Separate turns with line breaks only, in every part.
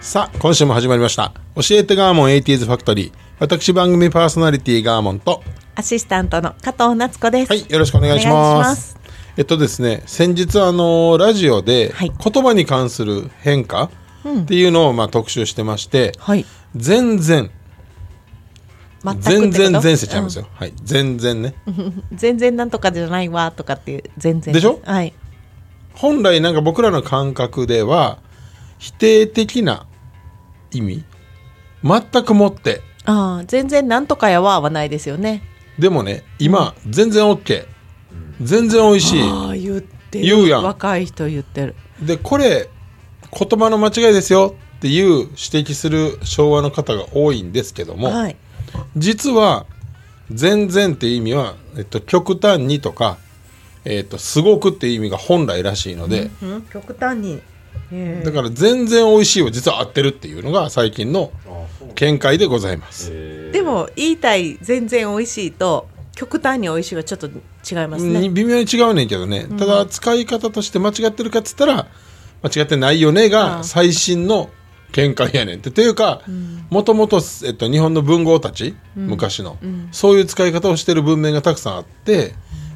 さあ今週も始まりました教えてガーモン 80s ファクトリー私番組パーソナリティガーモンと
アシスタントの加藤夏子です。
はい、よろしくお願いします。
お願いします
えっとですね、先日あのラジオで
はい
言葉に関する変化っていうのをまあ特集してまして、
はい。
全然
全く
全
って
然
こと
前世ちゃいますよ。はい、全然ね。
うん全然なんとかじゃないわとかっていう全然
でしょ
はい。
本来なんか僕らの感覚では否定的な意味全くもって
ああ全然なんとかやわはないですよね。
でもね今全然 OK 全然美味しい
ああ言ってる
言うやん
若い人言ってる。
でこれ言葉の間違いですよっていう指摘する昭和の方が多いんですけども、
はい。
実は「全然」っていう意味は、えっと、極端にとか、えっと、すごくっていう意味が本来らしいので、
極端に。
だから「全然美味しい」を実は合ってるっていうのが最近の見解でございます、
でも言いたい全然美味しいと極端に美味しいはちょっと違います
に
ね。
微妙に違うねんけどね、ただ使い方として間違ってるかっつったら「間違ってないよね」
あ
が
あ
最新の見解やねんってというかもともと、えっと、日本の文豪たち、昔の、そういう使い方をしてる文面がたくさんあって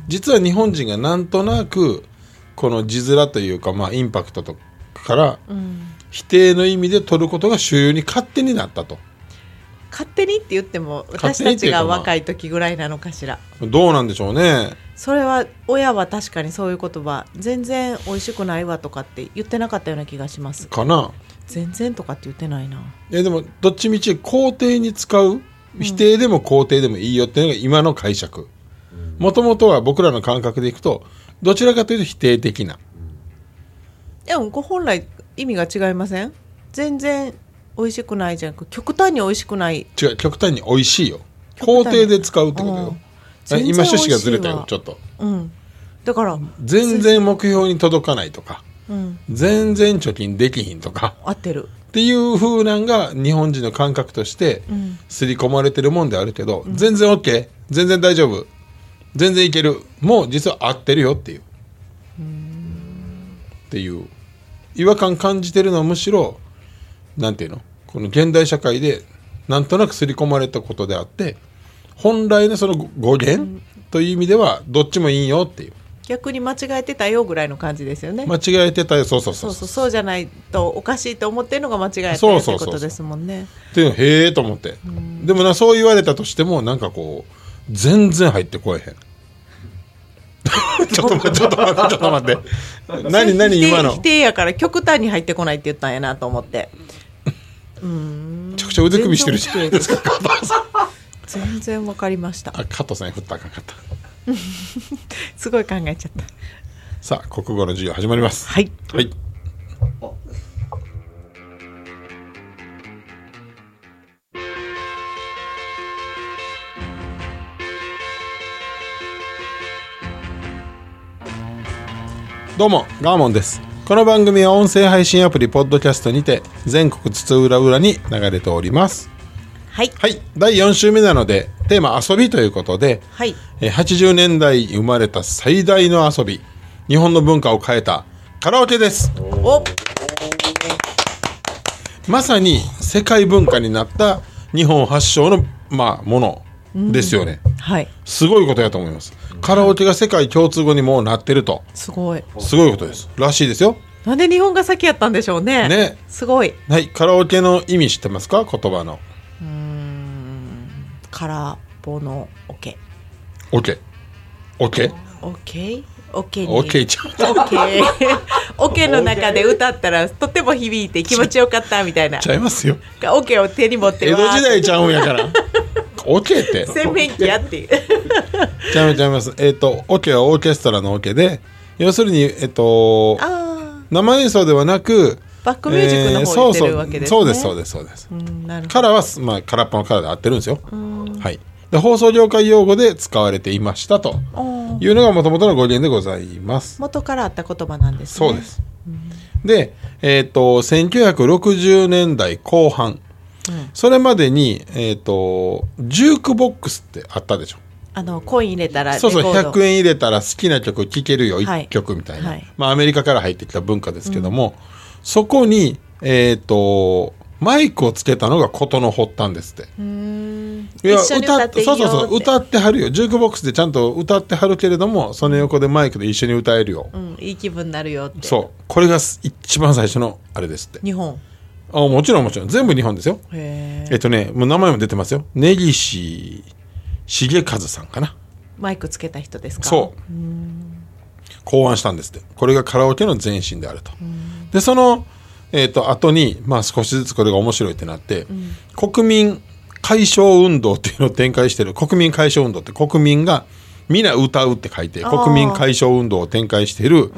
実は日本人がなんとなくこの字面というか、まあ、インパクトとから、否定の意味で取ることが主流に勝手になったと。
勝手にって言っても
勝手
私
にったてい
ち
うか
が
まあ
若い時ぐらいなのかしら。
どうなんでしょうね。
それは親は確かにそういう言葉全然美味しくないわとかって言ってなかったような気がします
かな。
全然とかって言ってないな
えでもどっちみち肯定に使う否定でも肯定でもいいよっていうのが今の解釈もともとは僕らの感覚でいくとどちらかというと否定的な
でもこれ本来意味が違いません全然美味しくないじゃなく極端に美味しくない
違う極端に美味しいよ
極
肯
端に
定で使うってことよ
うん
え今
全然
趣旨がずれたよ
美味しい
ちょっ
わ
と
うんだから
全然目標に届かないとか
うん
全然貯金できひんとか
合って
っ
る
ていう風なんが日本人の感覚として
ん
刷り込まれてるもんであるけど、全然 OK 全然大丈夫全然いけるもう実は合ってるよっていうっていう違和感感じてるのはむしろなんていうのこの現代社会でなんとなく刷り込まれたことであって本来のその語源という意味ではどっちもいいよっていう
逆に間違えてたよぐらいの感じですよね、
間違えてたよそうそうそ
そうう
そ
そううそうじゃないとおかしいと思ってるのが間違えて
そ
る
う
っ
そう
て
そう
ことですもんね
っていうのへえと思って、でもなそう言われたとしてもなんかこう全然入ってこえへん ちょっと待ってちょっと待ってちょっと待って何何
否定
今の
否定やから極端に入ってこないって言ったんやなと思って
めちゃくちゃ腕組みしてるじゃないですか加藤さん
全然わかりました
あ加藤さんに振ったらあかんかった
すごい考えちゃった
さあ国語の授業始まります
はい
はいどうもガーモンですこの番組は音声配信アプリポッドキャストにて全国津々浦々に流れております
はい
はい第4週目なのでテーマ遊びということで
はい
えー80年代生まれた最大の遊び日本の文化を変えたカラオケです
お
まさに世界文化になった日本発祥の、まあ、ものですよね、
はい
すごいことやと思いますカラオケが世界共通語にもうなってると
すごい
すごいことですらしいですよ
なんで日本が先やったんでしょうね
ね
すごい
はいカラオケの意味知ってますか言葉の
空っぽのオケ
OK OK
オケオケに
オッケーちゃん
オケ オケの中で歌ったらとても響いて気持ちよかったみたいな
ちゃいますよ
オケを手に持って
江戸
わーって
時代ちゃうんやからオケって
洗面器やっていう
ちゃいますちゃいますえっ、とオケはオーケストラのオケで要するにえっ、と
あ
生演奏ではなく
バックミュージックの方に出るわけですね
そうそうそうですそうですそうです
あ、うん、なるほ
カラーはす、まあ、空っぽのカラーで合ってるんですよ。はい。で、放送業界用語で使われていましたと
どおー
いうのが元々の語源でございます。
元からあった言葉なんですね
そうです。で、えっ、と、1960年代後半、それまでに、えっ、と、ジュークボックスってあったでしょ。
あのコイン入れたらレコ
そう
ード
そう100円入れたら好きな曲聴けるよ、
は
1
い
曲みたいな、
はい
まあ、アメリカから入ってきた文化ですけども、そこに、えっとマイクをつけたのが事の発端ですって。
うーん
いや
一緒に歌っていいよ
そうそうそう歌ってはるよジュークボックスでちゃんと歌ってはるけれどもその横でマイクで一緒に歌えるよ、
うん、いい気分になるよって
そうこれがす一番最初のあれですって
日本
あもちろんもちろん全部日本ですよ
へ
え
え
っとねもう名前も出てますよ根岸重和さんかな
マイクつけた人ですか
そう考案したんですってこれがカラオケの前身であるとでその、えっと後に、まあ、少しずつこれが面白いってなって、国民解消運動っていうのを展開してる国民解消運動って国民が皆歌うって書いて
あー
国民解消運動を展開している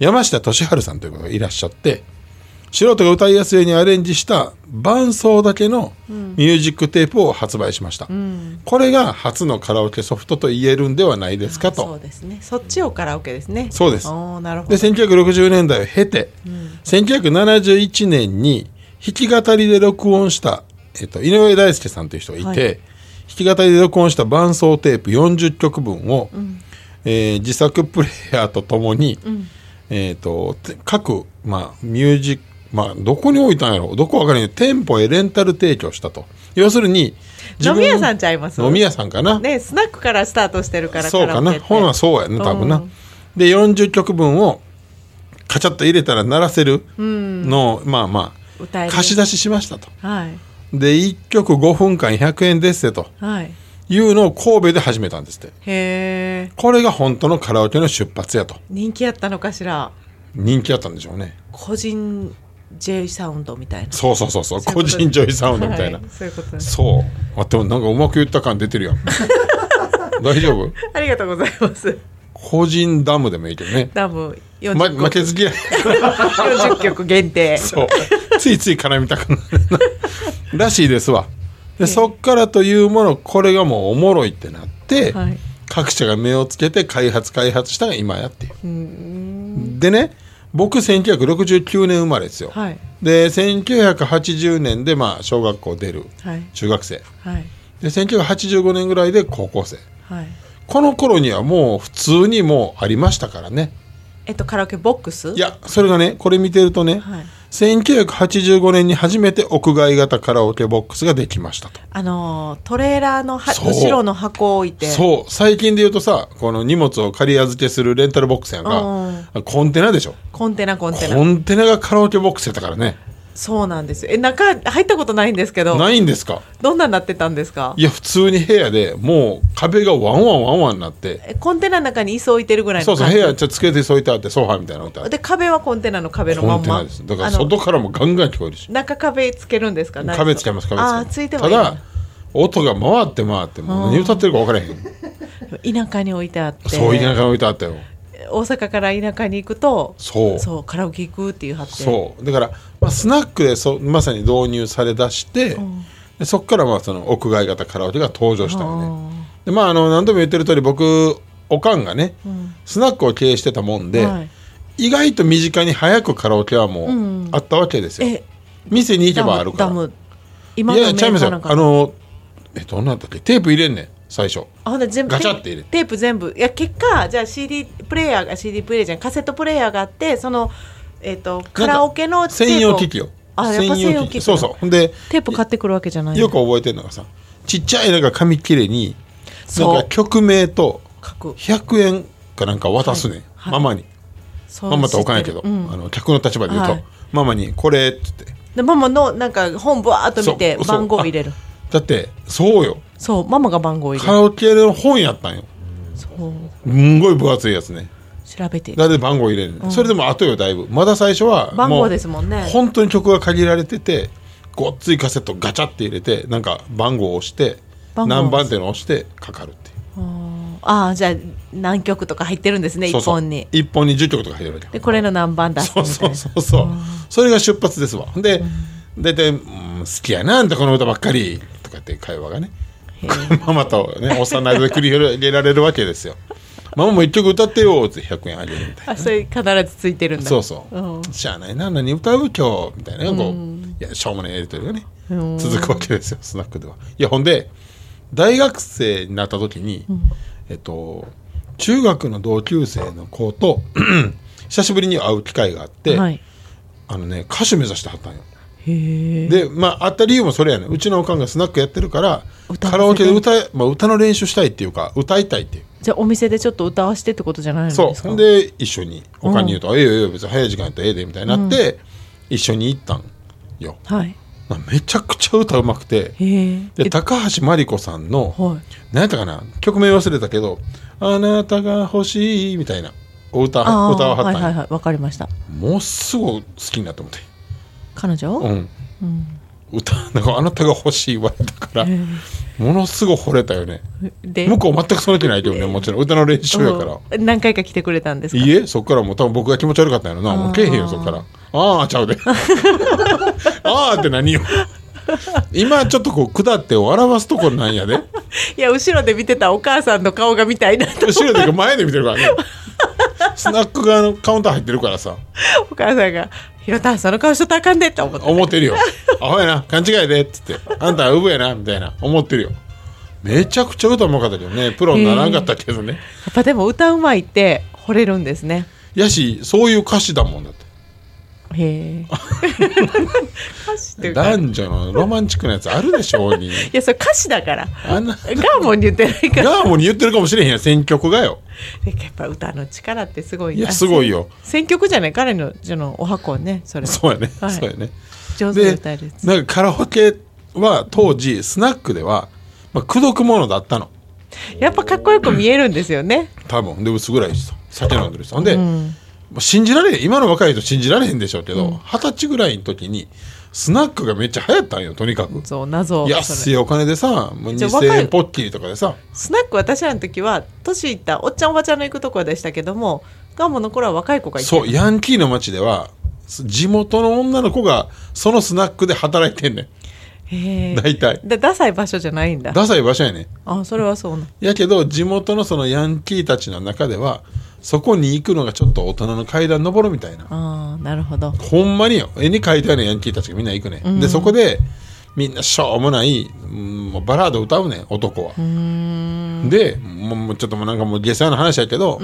山下俊治さんという方がいらっしゃって素人が歌いやすいようにアレンジした伴奏だけのミュージックテープを発売しました、これが初のカラオケソフトと言えるんではないですかと
そうですねそっちをカラオケですね
そうです
おーなるほ
で
ど
1960年代を経て、1971年に弾き語りで録音した、えっと、井上大輔さんという人がいて、
はい
弾き語りで録音した伴奏テープ40曲分を、えー自作プレイヤーとともに、えっとて各、まあ、ミュージック、まあ、どこに置いたんやろどこわからんけど店舗へレンタル提供したと要するに
飲み屋さんちゃいます
飲み屋さんかな、
ねスナックからスタートしてるから
そうかなほ
は
なそうやね多分な、
うん
で40曲分をカチャッと入れたら鳴らせるのを、まあま
歌え
あ
る
貸し出ししましたと
はい
で1曲5分間100円ですってと
はい
いうのを神戸で始めたんですって
へえ
これが本当のカラオケの出発やと
人気やったのかしら
人気やったんでしょうね
個人 J サウンドみたいな
そうそうそうそう
そう
個
いうことです
人ジョイサウンドみたいな、
はそういうことです
そうあでもなんかうまく言った感出てるやん大丈 夫
ありがとうございます
個人ダムでもいいけど ね、
ダム40
ま、
曲
負けず嫌い
40曲限定
そう。ついつい絡みたくなるな。らしいですわ。で、そっからというもの、これがもうおもろいってなって、
はい
各社が目をつけて開発開発したのが今やっていう。でね、僕1969年生まれですよ。
はい
で、1980年でまあ小学校出る
はい
中学生。
はい
で、1985年ぐらいで高校生。
はい
この頃にはもう普通にもうありましたからね。
えっとカラオケボックス
いや、それがね、これ見てるとね、
はい
1985年に初めて屋外型カラオケボックスができましたと。
あのートレーラーのは
そう
後ろの箱を置いて
そう、最近で言うとさ、この荷物を仮預けするレンタルボックスやんか、コンテナでしょ。
コンテナコンテナ
コンテナがカラオケボックスやったからね。
そうなんですよえ中入ったことないんですけど
ないんですか
どんなになってたんですか
いや、普通に部屋でもう壁がワンワンワンワンになって、
えコンテナの中に椅子置いてるぐらい
そ
の
うそう、
感
部
じ
屋ちょっとつけて添えてあって、ソファーみたいなの置いてあって
で壁はコンテナの壁の
コ
ま
ン
ん
テナ
ま
です。だから
あの
外からもガンガン聞こえるし。
中壁つけるんですか
壁つけます、壁つけます。
あーついても
た
いいな
だ、音が回って回って、もう何歌ってるか分からへん。
田舎に置いてあって
そう、田舎に置いてあったよ。
大阪から田舎に行くと
そう
カラオケ行くっていう発展
そうだから、まあ、スナックでそまさに導入されだして、でそこからまあその屋外型カラオケが登場したのねでまああの何度も言ってる通り僕おかんがね、スナックを経営してたもんで、
はい
意外と身近に早くカラオケはもうあったわけですよ、
え
店に行け
ダ
ば
ム
あるから
ダム今
い
の
やいやちゃいます
メーカ
よ
ーなんか
あのえどんなんだっけテープ入れんねん最初
あほんで全部
ガチャって入れて
テープ全部いや結果じゃあ CD プレイヤーが CD プレイヤーじゃんカセットプレイヤーがあってそのえっ、とカラオケのテープを
専用機器よ
あやっぱ専用機器
そうそうほんで
テープ買ってくるわけじゃない
よく覚えてるのがさちっちゃいなんか紙切れに
そう
なんか曲名と
書く
100円かなんか渡すね、
はいはい
ママに
そう
ママっておかんやけ
知
ど、
ってるうん
あの客の立場で言うと、
はい
ママに「これ」って言って
でママのなんか本ぶわーっと見て
そうそう
番号入れる
だってそうよ
そうママが番号入れ
カ
る
ラオケの本やったんよ
そ
す
う
んごい分厚いやつね
知調べて
あれで番号入れる、それでも後よだいぶまだ最初は
番
も
号
う
ですもんね
本当に曲が限られててごっついカセットガチャって入れてなんか番号を押して
番号を押
何
す
番っていうのを押してかかるっていう
ああじゃあ何曲とか入ってるんですね
そう
一
そう
本に
一本に10曲とか入れるわけよ
でこれの何番だって
そうそうそうそうそれが出発ですわで大体、うん「好きやなあんたこの歌ばっかり」とかって会話がねママとね幼い間で繰り広げられるわけですよ「ママも一曲歌ってよ」って100円あげるみたい
あそれ必ずついてるんだ
そうそう、
うん
しゃあないな何歌う今日みたいなこう、いやしょうもないやり取りがね、
うん
続くわけですよスナックではいやほんで大学生になった時に、えっと中学の同級生の子と 久しぶりに会う機会があって、
はい
あのね歌手目指してはったんよ
へえ
でまあ会った理由もそれやねうちのおかんがスナックやってるから
歌わせて
カラオケで歌,、まあ、歌の練習したいっていうか歌いたいっていう
じゃあお店でちょっと歌わしてってことじゃないのです
そう
か
ほんで一緒におかんに言うと「ええよええよ別に早い時間やったらええで」みたいになって、一緒に行ったんよ
はい
まあめちゃくちゃ歌うまくて
へえ
で高橋真理子さんの
はい
何やったかな曲名忘れたけど「あなたが欲しい」みたいなお歌歌
あー
わはったんよ、
はいはいはいわかりました
もうすぐ好きになって思って
彼女、
うん、歌 なんか「あなたが欲しい」言われたから
へ
ものすごい惚れたよね
で
向こう全くその気ないけどねもちろん歌の練習やから
うん何回か来てくれたんですか
いいえそっからもう多分僕が気持ち悪かったんやろなもうけえへんよそっからああちゃうでああって何よ今ちょっとこう下ってを表すところなんやで
いや後ろで見てたお母さんの顔が見たいなと
後ろというか前で見てるからねスナック側のカウンター入ってるからさ
お母さんが「ひろたんその顔しとったらあかんで」って思って
思ってるよアホやな勘違いでっつってあんたはウブやなみたいな思ってるよめちゃくちゃ歌うまかったけどねプロにならんかったけどね、
やっぱでも歌うまいって惚れるんですね
やしそういう歌詞だもんだって
へえ歌詞っていうかい
男女のロマンチックなやつあるでしょうに
やそれ歌詞だから
あんな
ガーモンに言ってないから
ガーモに言ってるかもしれへんやん選曲がよ
でやっぱ歌の力ってすごい
いやすごい
よ
よ
選曲じゃない彼のそのお箱ねそれ
そうやね、
はい
そうやね
上手に
で
歌えるやつ
なんかカラオケは当時スナックでは、まあ、口説くものだったの
やっぱかっこよく見えるんですよね
多分で薄暗いしさ酒飲んでるしさほんで、もう信じられへん今の若い人信じられへんでしょうけど二十、歳ぐらいの時にスナックがめっちゃ流行ったんよとにかく
そう謎そ
安
れ
いお金でさもう
じゃあ若い
2000円ポッキリとかでさ
スナック私らの時は年いったおっちゃんおばちゃんの行くとこでしたけどもガーモンの頃は若い子がいて
そうヤンキーの街ではす地元の女の子がそのスナックで働いてんね
へ
ん
え
大体
でダサい場所じゃないんだ
ダサい場所やねん
あそれはそうな
やけど地元のそのヤンキーたちの中ではそこに行くのがちょっと大人の階段登るみたいな
あーなるほど
ほんまによ絵に描いたようなヤンキーたちがみんな行くね、ん、でそこでみんなしょうもないうんもうバラード歌うねん男はでもうもうちょっともうなんかもう下世話な話やけど、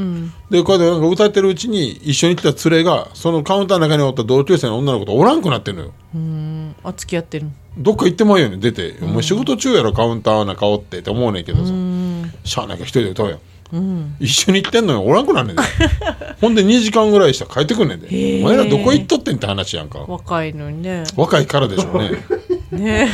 でこうやってなんか歌ってるうちに一緒に来た連れがそのカウンターの中におった同級生の女の子とおらんくなってんのよ
うんあ付き合ってる
どっか行ってまうよね出て「お前仕事中やろカウンターなんかおって」って思うねんけどさしゃあないから一人で歌うやん、一緒に行ってんのにおらんくなんね んでほんで2時間ぐらいしたら帰ってくんねんで
へー
お前らどこ行っとってんって話やんか
若いのにね
若いからでしょうね
ね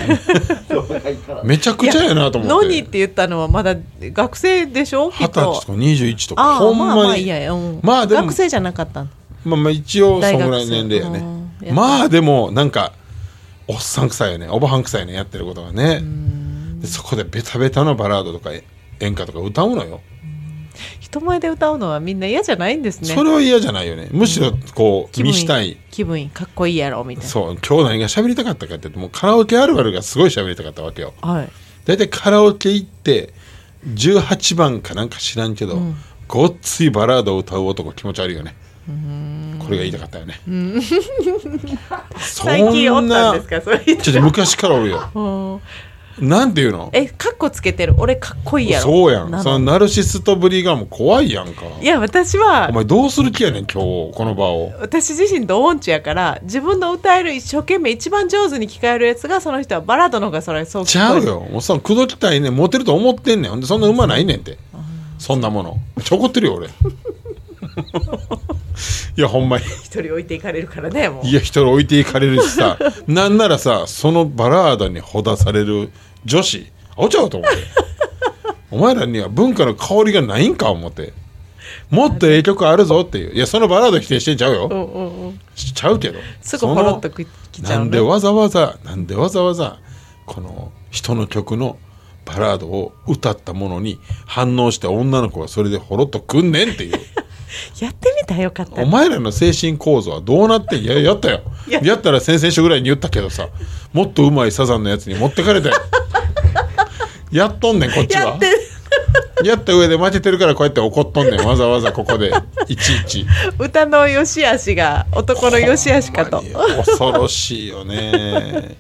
めちゃくちゃやなと思っ
のにってて言ったのはまだ学生でしょき
二
っ
十歳と
と
か21とか
あ
ほ
あ
ん
まあま
ま
あいい
に
やいや、うん、
まあでも
学生じゃなかった
まあまあ一応そんぐらいの年齢や
大学生
ね
うん
まあでもなんかおっさん臭いよねおばはん臭いよねやってることがねでそこでベタベタのバラードとかえ演歌とか歌うのよ
人前で歌うのはみんな嫌じゃないんですね
それは嫌じゃないよねむしろこう、見したい
気分いいかっこいいやろみたいな
そう今日何が喋りたかったかって言ってもうカラオケあるあるがすごい喋りたかったわけよ
はい
大体カラオケ行って18番かなんか知らんけど、ごっついバラードを歌う男気持ち悪いよねこれが言いたかったよね そんな
最近おったんですかそういう人
ちょっと昔からおるよ
うん
なんていうの
えカッコつけてる俺かっこいいやろ
そうやん
な
その
の
ナルシストぶりがもう怖いやんか
いや私は
お前どうする気やねん今日この場を
私自身ド音痴やから自分の歌える一生懸命一番上手に聞かえるやつがその人はバラードの方がそれそう
ち
聞
ゃ
こえ
う
る
よ。おっさん、口説きたいねん。モテると思ってんねん。ほんで、そんな馬ないねんて。そんなもの。めっちょこってる よ、俺。いや、ほんまに。
一人置いていかれるからねもう
いや、人置いていかれるし さ。なんならさ、そのバラードにほだされる女子、あおちゃうと思って。お前らには文化の香りがないんか、思って。もっとええ曲あるぞっていういやそのバラード否定してんちゃうよ、
うんうんうん
しちゃうけど
すぐポロッとき
そ
き
の
ちゃ
な
うんね
でわざわざなんでわざわざこの人の曲のバラードを歌ったものに反応して女の子がそれでほろっとくんねんっていう
やってみたらよかった
お前らの精神構造はどうなってんいややったよ
いや
やったら先々週ぐらいに言ったけどさもっとうまいサザンのやつに持ってかれたよやっとんねんこっちは
やって
やった上で負けてるからこうやって怒っとんねんわざわざここでいちいち
歌の良し悪しが男の良し悪しかと
ほんまに恐ろしいよね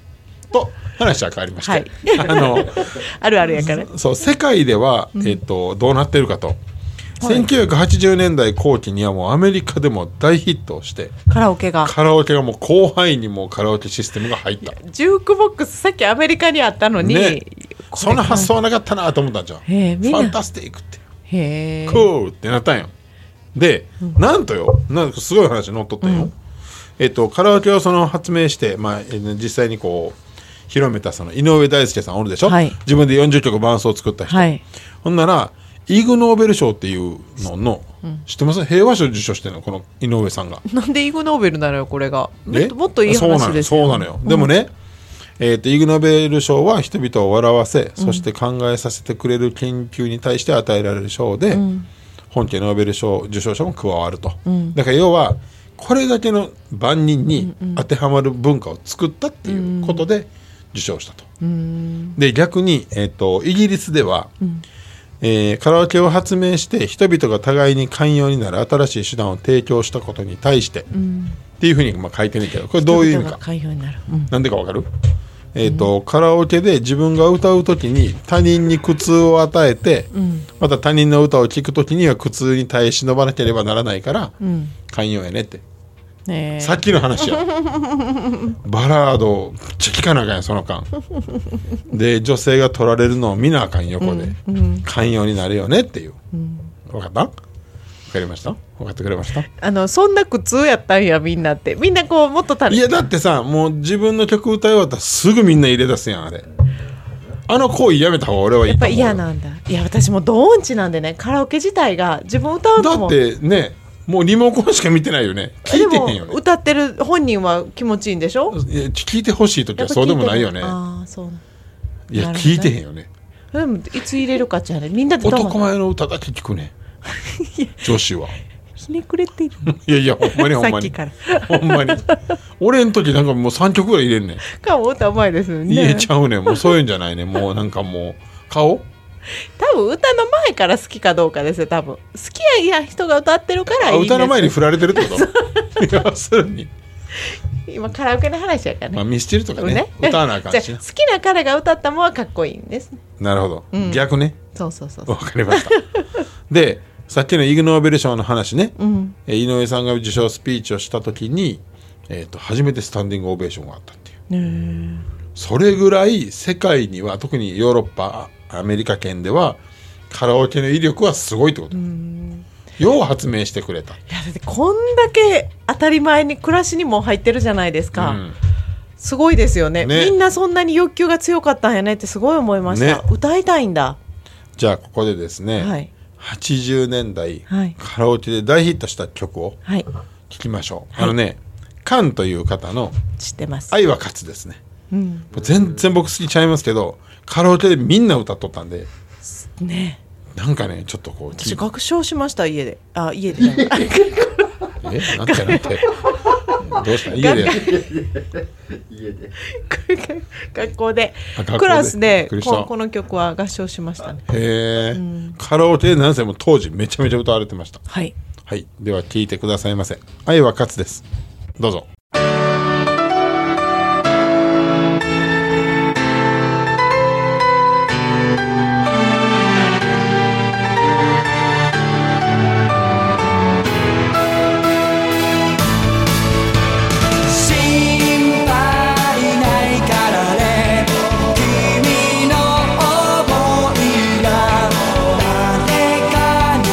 と話は変わりまして、
はい
あの
あるあるやから
そう世界では、えっとどうなってるかと、1980年代後期にはもうアメリカでも大ヒットをして
カラオケが
カラオケがもう広範囲にもうカラオケシステムが入った
ジュークボックスさっきアメリカにあったのに、
ね
これ
そんな発想はなかったなと思ったんじゃんフ
へえみんな
ァンタスティックって
へえ
クールってなったんよで、なんとよなんかすごい話にのっとったんよ、えっとカラオケをその発明して、まあ、えー実際にこう広めたその井上大輔さんおるでしょ、
はい
自分で40曲伴奏作った人、
はい
ほんならイグ・ノーベル賞っていうのの、知ってます平和賞受賞してるのこの井上さんが
なんでイグノーベルなのよこれがもっ
ね
ともっといい話です
そうなのよそうなのよ、でもね、えー、とイグ・ノーベル賞は人々を笑わせそして考えさせてくれる研究に対して与えられる賞で、本家ノーベル賞受賞者も加わると、だから要はこれだけの万人に当てはまる文化を作ったっていうことで受賞したと。で逆に、えー、とイギリスでは、えーカラオケを発明して人々が互いに寛容になる新しい手段を提供したことに対して、っていうふうにまあ書いてるけどこれどういう意味
人々が
か
寛容になる、うん
なんでかわかるえーとカラオケで自分が歌う時に他人に苦痛を与えて、また他人の歌を聴く時には苦痛に耐え忍ばなければならないから、寛容やねって
ねえ
さっきの話 やバラードめっちゃ聞かなあかんやんその間で女性が取られるのを見なあかん横で、寛容になるよねっていう、分かった分かりました分かってくれました
あのそんな苦痛やったんやみんなってみんなこうもっとた
いやだってさもう自分の曲歌い終わったらすぐみんな入れ出すやんあれあの行為やめた方が俺はい
や
い
っ
と
ぱ
思う
嫌なんだいや私もドーンチなんでねカラオケ自体が自分歌う
だ
のも
ってねもうリモコンしか見てないよね聞いてへんよ
で
ね
も歌ってる本人は気持ちいいんでしょ
いや聞いてほしい時
や
は
っぱ
そうでもないよね
ああそうない
や
なるほ
聞
どね
いてへんよね
でもいつ入れるかじゃねみんなで
男
ま
前の歌だけ聞く ね女子は
ひねくれてる
いやいやほんまにほん
さ
ま
っき
に
から
ほんまに俺ん時なんかもう3曲ぐらい入れんねん
かも歌うまいですよね
言えちゃうねんもうそういうんじゃないねんもうなんかもう顔
多分歌の前から好きかどうかですよ多分好きやいや人が歌ってるからいい
あ
んです
歌の前に振られてるってこと要するに
今カラオケの話やからね,、
まあ、ミスチルとかね
ね
歌わなあかんし
じゃ
な
あ好きな彼が歌ったもんはかっこいいんですね
なるほど、逆ね
そうそうそうそ
わ
う
かりましたでさっきのイグ・ノーベル賞の話ね、えー井上さんが受賞スピーチをした時に、えー、と初めてスタンディングオベーションがあったっていうそれぐらい世界には特にヨーロッパアメリカ圏ではカラオケの威力はすごいってことよう発明してくれた
いやだってこんだけ当たり前に暮らしにも入ってるじゃないですか、
うん
すごいですよね
ね
みんなそんなに欲求が強かったんやねってすごい思いました、
ね
歌いたいんだ
じゃあここでですね、
はい
80年代、
はい
カラオケで大ヒットした曲を
はい
聞きましょう、あのねカンという方の
知ってま
「
す
愛は勝つ」ですね、全然僕好きちゃいますけどカラオケでみんな歌っとったんで
ね
なんかねちょっとこう
私
聞い
学唱しました家であ家でじゃない
えなんてなんてどうした家で
学校で
あ学校で
クラス
びっ
で
くりした
ここの曲は合唱しましたね
へえ、カラオケで何せもう当時めちゃめちゃ歌われてました
はい
はいでは聞いてくださいませ「愛は勝つ」ですどうぞ
心配ないからね君の想いが誰かに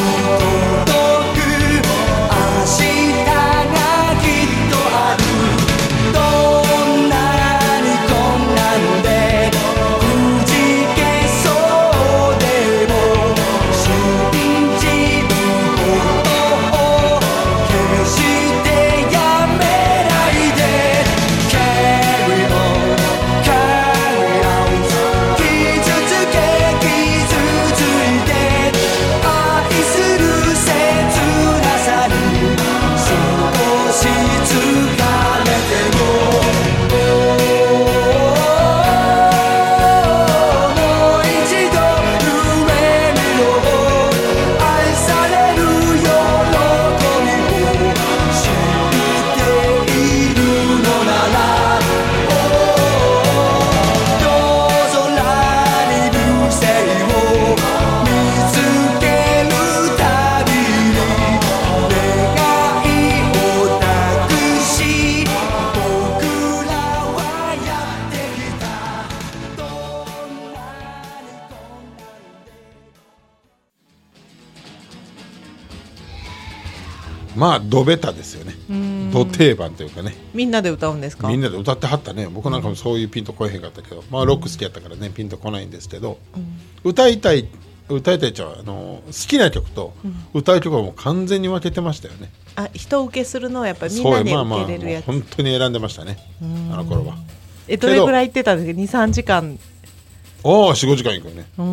届く明日がきっとある
まあどベタですよねど定番というかね
みんなで歌うんですか
みんなで歌ってはったね僕なんかもそういうピンとこえへんかったけど、まあロック好きやったからねピンとこないんですけど、歌いたい歌いたいちゃうあの好きな曲と歌う曲はもう完全に分けてましたよね、
あ人受けするのはやっぱりみん
そう
な
や
で
まあまあ
受けれる
もう
やつ、
本当に選んでましたねあの頃は
えどれぐらい行ってたんですか23時間
ああ45時間行くよね
うー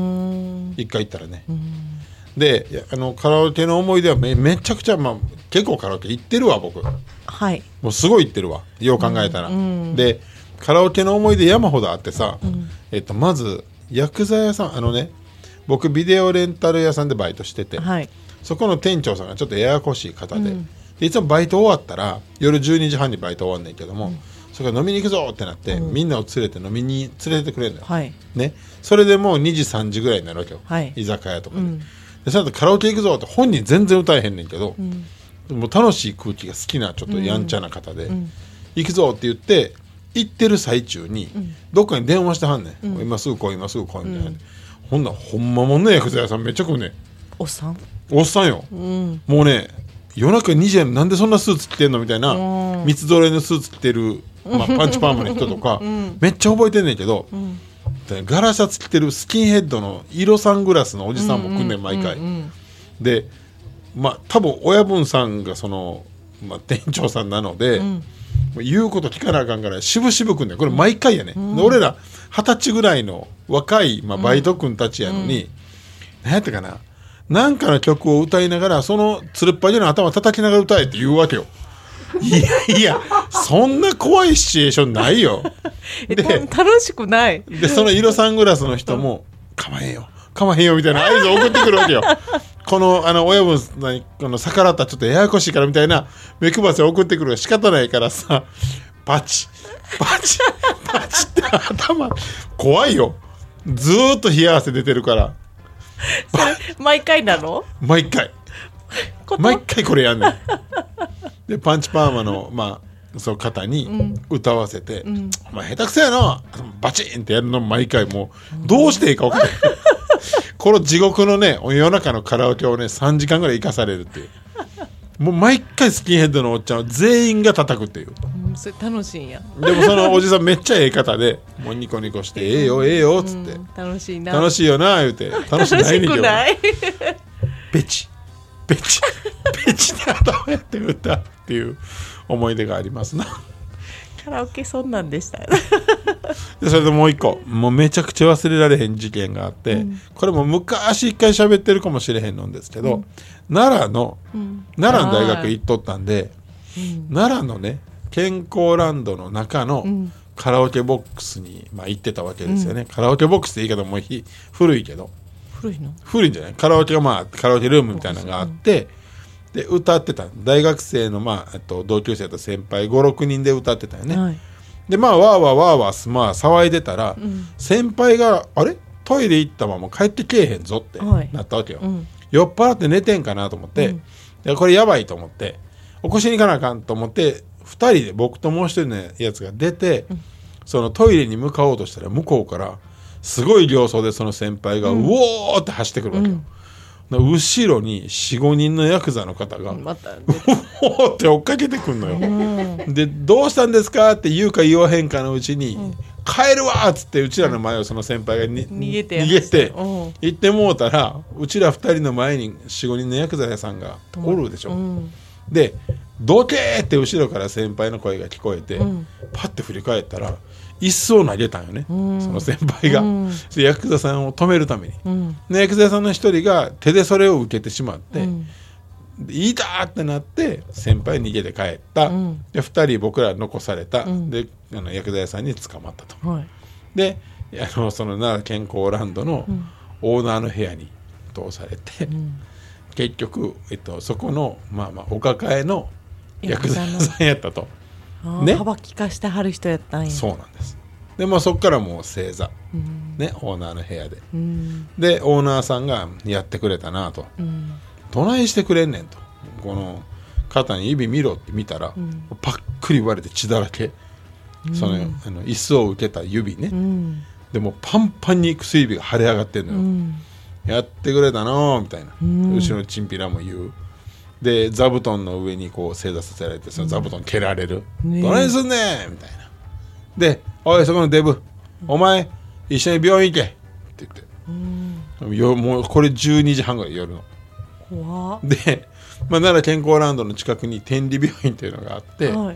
ん
一回行ったらねでいやあのカラオケの思い出はめめちゃくちゃ、まあ、結構カラオケ行ってるわ僕も
はいう
すごい行ってるわよう考えたら、でカラオケの思い出山ほどあってさ、えっと、まず薬剤屋さんあのね僕ビデオレンタル屋さんでバイトしてて、
はい
そこの店長さんがちょっとややこしい方で,、でいつもバイト終わったら夜12時半にバイト終わんねんけども、それから飲みに行くぞってなって、みんなを連れて飲みに連れてくれるのよ、
はい
ね、それでもう2時3時ぐらいになるわけよ、
はい
居酒屋とかで,、でその後カラオケ行くぞって本人全然歌えへんねんけど、もう楽しい空気が好きなちょっとやんちゃな方で、行くぞって言って行ってる最中に、どっかに電話してはんねん、今すぐ来い今すぐ来いみたいな、ほんならほんまもんね薬剤屋さんめっちゃ来るねん
おっさん
おっさんよ、もうね夜中2時やのになんでそんなスーツ着てんのみたいな三つ揃いのスーツ着てる、まあ、パンチパーマの人とか、めっちゃ覚えてんねんけど、でガラシャツ着てるスキンヘッドの色サングラスのおじさんも来んねん毎回、でまあ多分親分さんがその、まあ、店長さんなので、もう言うこと聞かなあかんから渋々くんねんこれ毎回やね、で俺ら二十歳ぐらいの若い、まあ、バイト君たちやのに、何やったかななんかの曲を歌いながらそのつるっぱげの頭叩きながら歌えって言うわけよいやいやそんな怖いシチュエーションないよ
え
で
た楽し くない
でその色サングラスの人も「かまへんよかまへんよ」みたいな合図を送ってくるわけよこのあの親分さんにこの逆らったらちょっとややこしいからみたいな目配せを送ってくるが仕方ないからさパチパチパチって頭怖いよずーっと冷や汗出てるから
それ毎回なの
毎回
こと
毎回これやんねんでパンチパーマの,、まあ、その方に歌わせて「お前下手くそやなバチン!」ってやるの毎回もうどうしていいか分からないこの地獄のね夜中のカラオケをね3時間ぐらい生かされるっていうもう毎回スキンヘッドのおっちゃんを全員が叩くっていう
うんそれ楽しいんや
でもそのおじさんめっちゃええ方でもうニコニコして「ええよええよ」っつって
うん楽し
「
いな
楽しいよな」言うて楽しい
楽
ない
し
ねんけ
く
ど
ない
ペチペチペチで頭やって歌っていう思い出がありますな
カラオケそんなんでした
でそれでもう一個もうめちゃくちゃ忘れられへん事件があって、これも昔一回喋ってるかもしれへんのんですけど、奈良の、奈良の大学行っとったんで、奈良のね健康ランドの中のカラオケボックスに、まあ、行ってたわけですよね、カラオケボックスって言い方もうひ古いけど
古いの
古いんじゃないカラオケがまあカラオケルームみたいなのがあってで歌ってた大学生のまあえっと同級生と先輩56人で歌ってたよね、
はい
でまあわーわーわーわーすまあ騒いでたら、先輩が「あれトイレ行ったまま帰ってけえへんぞ」って
はい
なったわけよ、
ん
酔っ払って寝てんかなと思って、でこれやばいと思って起こしに行かなあかんと思って2人で僕ともう一人のやつが出て、そのトイレに向かおうとしたら向こうからすごい量相でその先輩がうおーって走ってくるわけよ、で後ろに45人のヤクザの方が、
また
おーって追っかけてくんのよ、で「どうしたんですか?」って言うか言わへんかのうちに「帰るわ!」っつってうちらの前をその先輩がに
逃げて
逃げて
うん
行ってもうたらうちら二人の前に45人のヤクザ屋さんがおるでしょ、で「どけ!」って後ろから先輩の声が聞こえて、パッて振り返ったら椅子を投げたんよね、その先輩が、でヤクザさんを止めるために、でヤクザ屋さんの一人が手でそれを受けてしまって、でいたーってなって先輩逃げて帰った、で2人僕ら残された、であの薬剤屋さんに捕まったと
はい
であのその奈良健康ランドのオーナーの部屋に通されて、結局、えっと、そこのまあまあお抱えの薬剤屋さんやったと
あー
ね
幅利かしてはる人やったんや
そうなんですでまあそこからもう正座、ねオーナーの部屋で、でオーナーさんがやってくれたなと、どないしてくれんねんとこの肩に指見ろって見たら、パックリ割れて血だらけその,、あの椅子を受けた指ね、でもうパンパンに薬指が腫れ上がってんのよ、やってくれたのみたいな、後ろのチンピラも言うで座布団の上にこう正座させられてその座布団蹴られる「
ねえ
どれにすんねん!」みたいなで「おいそこのデブお前一緒に病院行け」って言ってよもうこれ12時半ぐらい夜の
怖っ
で、まあ、奈良健康ランドの近くに天理病院というのがあって、
は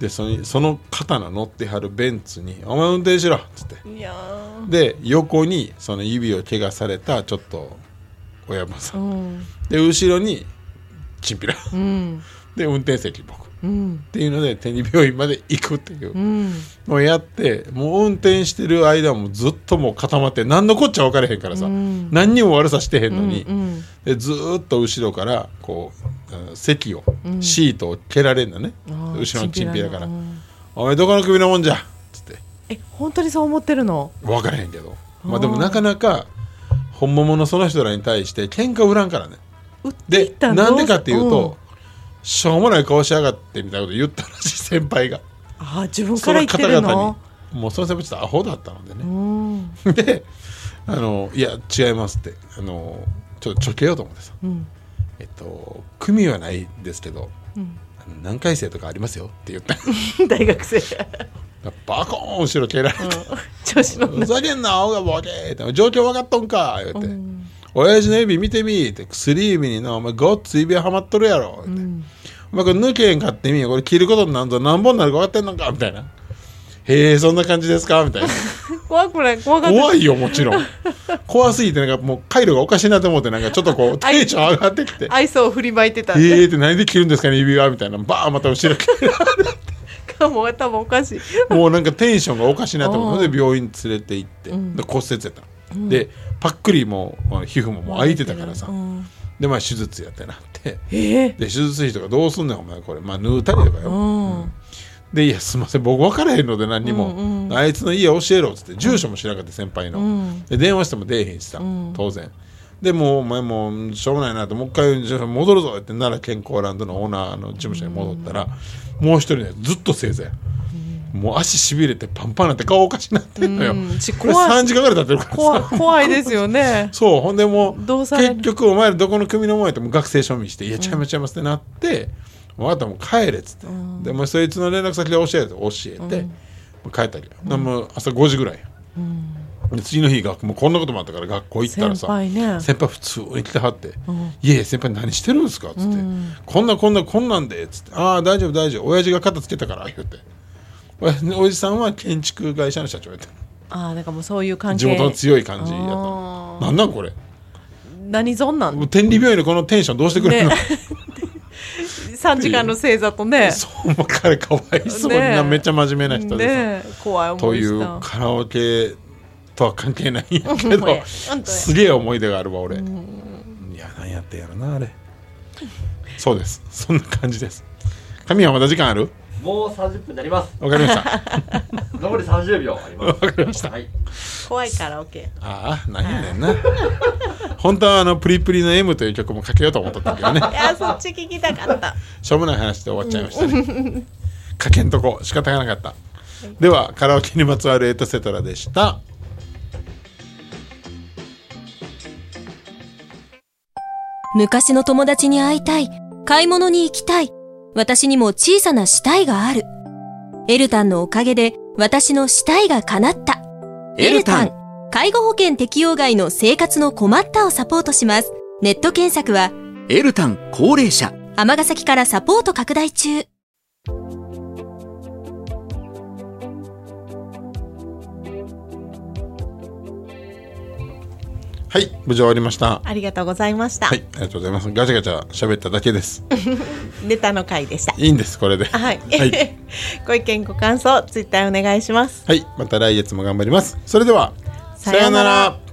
でそのその刀乗ってはるベンツに「お前運転しろ」っつって
いいやー
で横にその指を怪我されたちょっと親御さ
うんん
で後ろにチンピラ
うん
で運転席僕っ
うん
ていうので天理病院まで行くっていう
うん
のをやってもう運転してる間もずっともう固まって何のこっちゃ分かれへんからさ、
うん
何にも悪さしてへんのに、
うん
でずーっと後ろからこう、うん席を、
うん
シートを蹴られんのね
あー
後ろのチンピラから「
うん
お前どこの首のもんじゃ」っつって
え本当にそう思ってるの
分からへんけどま
あ
あ
ー
でもなかなか本物のその人らに対して喧嘩売らんからね
売ってい
で
ったの
なんでかっていう
うん
と、しょうもない顔しやがってみたいなこと言ったらしい先輩が
あー自分
そ
から
の
言って
方
る
々
の
にもうその先輩ちょっとアホだったので
う
ね、
ん
であの「いや違います」ってあのちょっとちょけようと思ってさ
うん
えっと組はないですけど
うん
何回生とかありますよって言った
大学生
バコーン後ろ蹴られて
調子乗
ふざけんな、青がボケーって、状況分かっとんか言うて、
うん
親父の指見てみって、薬指にな、お前ごっつい指はまっとるやろ、言うて
ん
お前これ抜けへんかってみこれ切ることになんぞ何本になるか分かってんのかみたいな。へえ、そんな感じですかみ たいな。
怖くない怖かった
怖いよ、もちろん。怖すぎて、なんかもう回路がおかしいなと思って、なんかちょっとこう、テンション上がってきて。
愛想を振りまいてたん
え
で、
えって何で切るんですかね指輪みたいなバーンまた後ろから
もう頭おかしい
もうなんかテンションがおかしいなと思っ
あ
て
あ
で病院連れて行って、で骨折やったの、でパックリもう皮膚ももう開いてたからさ、
うん
でまあ手術やってなって
ええ
で手術費とかどうすんねんお前これまあ縫うたりとかよ、
うん
でいやすいません僕分からへんので何にも、
うんうん
あいつの家教えろっつって住所も知らなかった先輩の、
うん
で電話しても出えへんしさ、
ん
当然でもうお前もうしょうがないなともう一回じゃあ戻るぞって奈良健康ランドのオーナーの事務所に戻ったら、もう一人ねずっと正座や、もう足しびれてパンパンなって顔おかしなってんのよ、
うんち
これ
怖い
3時間ぐらい経ってるから
怖
さ
怖いです よね
そうほんでもう
どうされる
結局お前らどこの組の前ってもう学生証明して「いやちゃいますちゃいます」ってなって「分かったもう帰れ」っつって、でもうそいつの連絡先で教えて教えて、もう帰ったり、でもう朝5時ぐらいや、で次の日学もうこんなこともあったから学校行ったらさ
先輩ね
先輩普通に来てはって「いやいや先輩何してるんですか?」っつって、こんなこんなこんなんで」っつって「ああ大丈夫大丈夫親父が肩つけたから」言っておおじさんは建築会社の社長やった
ああなんかもうそういう関係
地元の強い感じやった
あー
なんなんこれ
何ぞんなん
もう天理病院のこのテンションどうしてくれるの、
ね3時間の正座と ね
そうもう彼かわいそう
ね
な、
え
めっちゃ真面目な人でさ、
ねえ怖い
と
思い
い
し
う
た
カラオケとは関係ないんやけ
ほんまや
ど
ほんとや
すげえ思い出があるわ俺、いや何やってんやろなあれそうですそんな感じです神はまだ時間ある
もう30分になります。
わかりました
残り30秒あります。
わかりました
はい。
怖いカラオケ
ああ何やねんな本当はあのプリプリの M という曲もかけようと思っとったけどね
いやそっち聞きたかった
しょうもない話で終わっちゃいましたね。かけんとこ仕方がなかった。ではカラオケにまつわるエトセトラでした。
昔の友達に会いたい。買い物に行きたい。私にも小さな死体がある。エルタンのおかげで私の死体が叶った。エルタン。介護保険適用外の生活の困ったをサポートします。ネット検索は、
エルタン高齢者
尼崎からサポート拡大中。
はい、無事終わりました。
ありがとうございました、
はい、ありがとうございます。ガチャガチャ喋っただけ です。
ネタの回でした
いいんですこれで。
はい、
はい。
ご意見ご感想ツイッターお願いします
はい、また来月も頑張ります。それでは
さようなら。